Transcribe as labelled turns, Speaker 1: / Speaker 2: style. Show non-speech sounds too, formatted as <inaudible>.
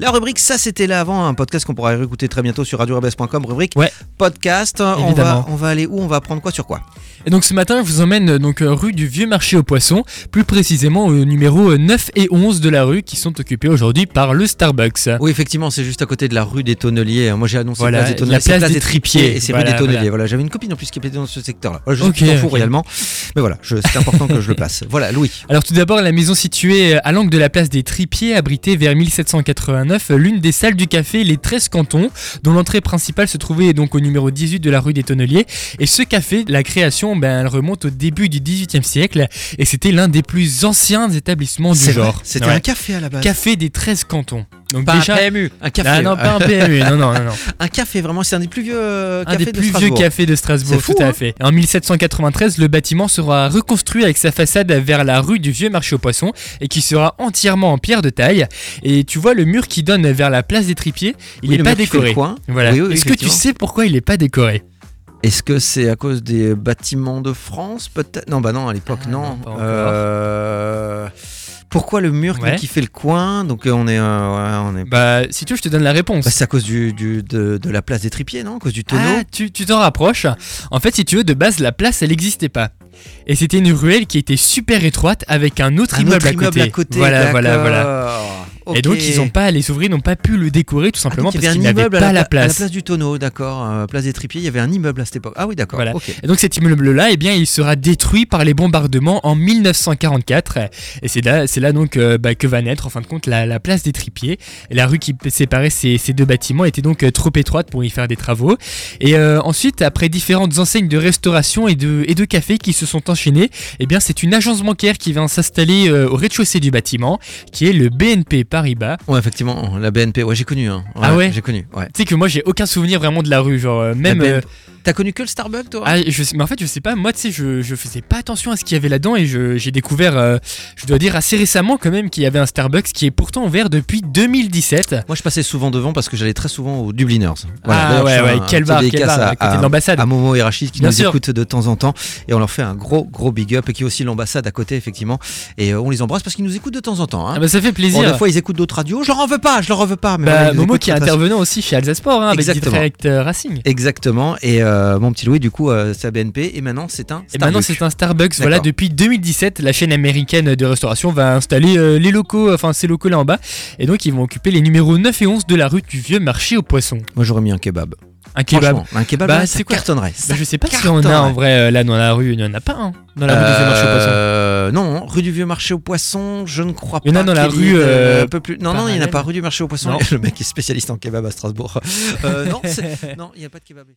Speaker 1: La rubrique Ça c'était là avant, un podcast qu'on pourra réécouter très bientôt sur radiorbs.com, rubrique
Speaker 2: Ouais.
Speaker 1: podcast. On
Speaker 2: Évidemment.
Speaker 1: va, on va aller où On va prendre quoi sur quoi
Speaker 2: Et donc ce matin, je vous emmène euh, donc euh, rue du Vieux Marché aux Poissons, plus précisément au numéro euh, 9 et 11 de la rue qui sont occupés aujourd'hui par le Starbucks.
Speaker 1: Oui, effectivement, c'est juste à côté de la rue des Tonneliers. Moi j'ai annoncé
Speaker 2: Voilà,
Speaker 1: place des Tonneliers,
Speaker 2: la
Speaker 1: c'est
Speaker 2: place des Tripiers.
Speaker 1: et c'est rue
Speaker 2: Voilà,
Speaker 1: des Tonneliers. Voilà,
Speaker 2: voilà.
Speaker 1: j'avais une copine en plus qui était dans ce secteur-là. Voilà, je
Speaker 2: Ok,
Speaker 1: suis tout en fou
Speaker 2: ok.
Speaker 1: réellement, mais voilà, je- c'est important que je le place. Voilà, Louis.
Speaker 2: Alors tout d'abord, la maison située euh, à l'angle de la place des Tripiers abritait vers 1789 euh, l'une des salles du café Les 13 Cantons, dont l'entrée principale se trouvait donc au numéro 18 de la rue des Tonneliers. Et ce café, la création, ben, elle remonte au début du 18e siècle et c'était l'un des plus anciens établissements du
Speaker 1: C'est vrai,
Speaker 2: genre.
Speaker 1: C'était
Speaker 2: Ouais.
Speaker 1: un café à la base.
Speaker 2: café des 13 Cantons. Donc
Speaker 1: Pas
Speaker 2: déjà...
Speaker 1: un PMU, un café.
Speaker 2: Ah non, pas un PMU, non, non, non. non.
Speaker 1: Un café, vraiment, c'est un des plus vieux euh,
Speaker 2: Un
Speaker 1: cafés
Speaker 2: des
Speaker 1: de
Speaker 2: plus vieux
Speaker 1: Strasbourg.
Speaker 2: cafés de Strasbourg,
Speaker 1: C'est fou,
Speaker 2: tout
Speaker 1: hein.
Speaker 2: à fait. En 1793, le bâtiment sera reconstruit avec sa façade vers la rue du Vieux Marché aux Poissons et qui sera entièrement en pierre de taille. Et tu vois le mur qui donne vers la place des Tripiers, il
Speaker 1: Oui,
Speaker 2: n'est
Speaker 1: le
Speaker 2: pas
Speaker 1: mur qui fait le
Speaker 2: décoré.
Speaker 1: coin.
Speaker 2: Voilà.
Speaker 1: Oui, oui,
Speaker 2: Est-ce que tu
Speaker 1: effectivement.
Speaker 2: sais pourquoi il n'est pas décoré
Speaker 1: Est-ce que c'est à cause des bâtiments de France peut-être Non, bah non, à l'époque
Speaker 2: Ah,
Speaker 1: non.
Speaker 2: non, pas encore.
Speaker 1: Euh, Pourquoi le mur
Speaker 2: Ouais.
Speaker 1: qui fait le coin Donc euh, on est, euh, ouais, on est.
Speaker 2: Bah, si tu veux, je te donne la réponse.
Speaker 1: Bah, c'est à cause du, du- de, de la place des tripiers, non À cause du tonneau.
Speaker 2: Ah, tu tu t'en rapproches. En fait, si tu veux, de base, la place, elle n'existait pas. Et c'était une ruelle qui était super étroite avec un autre,
Speaker 1: Un
Speaker 2: immeuble,
Speaker 1: autre
Speaker 2: à côté. Voilà, voilà, voilà.
Speaker 1: d'accord.
Speaker 2: Et donc,
Speaker 1: Ok.
Speaker 2: ils ont pas, les ouvriers n'ont pas pu le décorer tout
Speaker 1: Ah, donc,
Speaker 2: simplement
Speaker 1: il y avait
Speaker 2: parce
Speaker 1: un
Speaker 2: qu'ils n'avaient
Speaker 1: immeuble
Speaker 2: pas
Speaker 1: à
Speaker 2: la
Speaker 1: pla- à la
Speaker 2: place.
Speaker 1: place du tonneau, d'accord. euh, place des tripiers, il y avait un immeuble à cette époque. Ah oui, d'accord.
Speaker 2: Voilà.
Speaker 1: ok.
Speaker 2: Et donc cet immeuble-là, eh bien, il sera détruit par les bombardements en 1944. Et c'est là, c'est là donc euh, bah, que va naître, en fin de compte, la, la place des Tripiers. Et la rue qui p- séparait ces, ces deux bâtiments était donc euh, trop étroite pour y faire des travaux. Et euh, ensuite, après différentes enseignes de restauration et de, et de café qui se sont enchaînées, eh bien, c'est une agence bancaire qui vient s'installer euh, au rez-de-chaussée du bâtiment, qui est le BNP Paribas.
Speaker 1: Ouais, effectivement, la BNP. Ouais, j'ai connu. hein.
Speaker 2: Ah ouais
Speaker 1: J'ai connu. Ouais.
Speaker 2: Tu sais que moi, j'ai aucun souvenir vraiment de la rue, genre euh, même.
Speaker 1: La BNP.
Speaker 2: euh,
Speaker 1: T'as connu que le Starbucks, toi
Speaker 2: Ah, je sais, mais en fait, je sais pas. Moi, tu sais, je, je faisais pas attention à ce qu'il y avait là-dedans et je- j'ai découvert, euh, je dois dire assez récemment quand même, qu'il y avait un Starbucks qui est pourtant ouvert depuis 2017.
Speaker 1: Moi, je passais souvent devant parce que j'allais très souvent aux Dubliners.
Speaker 2: ah
Speaker 1: D'ailleurs, je
Speaker 2: ouais,
Speaker 1: fais
Speaker 2: ouais,
Speaker 1: un
Speaker 2: quel
Speaker 1: petit
Speaker 2: bar, quel
Speaker 1: dédicace
Speaker 2: bar, à côté de l'ambassade.
Speaker 1: à Momo et Rachid qui
Speaker 2: Bien
Speaker 1: nous
Speaker 2: sûr.
Speaker 1: écoutent de temps en temps et on leur fait un gros gros big up et qui est aussi l'ambassade à côté effectivement et euh, on les embrasse parce qu'ils nous écoutent de temps en temps. hein.
Speaker 2: Ah bah, ça fait
Speaker 1: Bon, des
Speaker 2: plaisir.
Speaker 1: fois ils écoutent d'autres radios, je leur en veux pas, je leur en veux pas. Mais
Speaker 2: Bah,
Speaker 1: voilà, ils nous
Speaker 2: Momo
Speaker 1: écoutent
Speaker 2: qui est
Speaker 1: très, très
Speaker 2: intervenant aussi chez Alsace Sport, hein, avec
Speaker 1: Exactement.
Speaker 2: Direct euh, Racing.
Speaker 1: Exactement et euh, mon petit Louis du coup euh, c'est à BNP et maintenant c'est un.
Speaker 2: Et maintenant,
Speaker 1: Starbucks.
Speaker 2: c'est un Starbucks. Voilà,
Speaker 1: D'accord.
Speaker 2: depuis 2017, la chaîne américaine de restauration va installer euh, les locaux, enfin ces locaux là en bas. Et donc, ils vont occuper les numéros 9 et 11 de la rue du Vieux Marché aux Poissons.
Speaker 1: Moi j'aurais mis un kebab.
Speaker 2: Un kebab.
Speaker 1: Franchement, un kebab
Speaker 2: Bah,
Speaker 1: là,
Speaker 2: c'est
Speaker 1: ça
Speaker 2: quoi
Speaker 1: cartonnerait.
Speaker 2: Bah,
Speaker 1: Ça-
Speaker 2: je sais pas si
Speaker 1: carton,
Speaker 2: on a en
Speaker 1: ouais.
Speaker 2: vrai euh, là dans la rue, il n'y en a pas un dans la rue du Vieux Marché aux Poissons.
Speaker 1: Euh, Non, rue du Vieux Marché aux Poissons, je ne crois pas.
Speaker 2: Il y en a dans la
Speaker 1: qu'il y
Speaker 2: rue,
Speaker 1: ait,
Speaker 2: euh,
Speaker 1: un peu plus. Non, non, il n'y en a <laughs>
Speaker 2: parallèle.
Speaker 1: pas. Rue du Marché aux Poissons.
Speaker 2: Non. <laughs>
Speaker 1: Le mec est spécialiste en kebab à Strasbourg. Euh, non, c'est- non, il n'y a pas de kebab.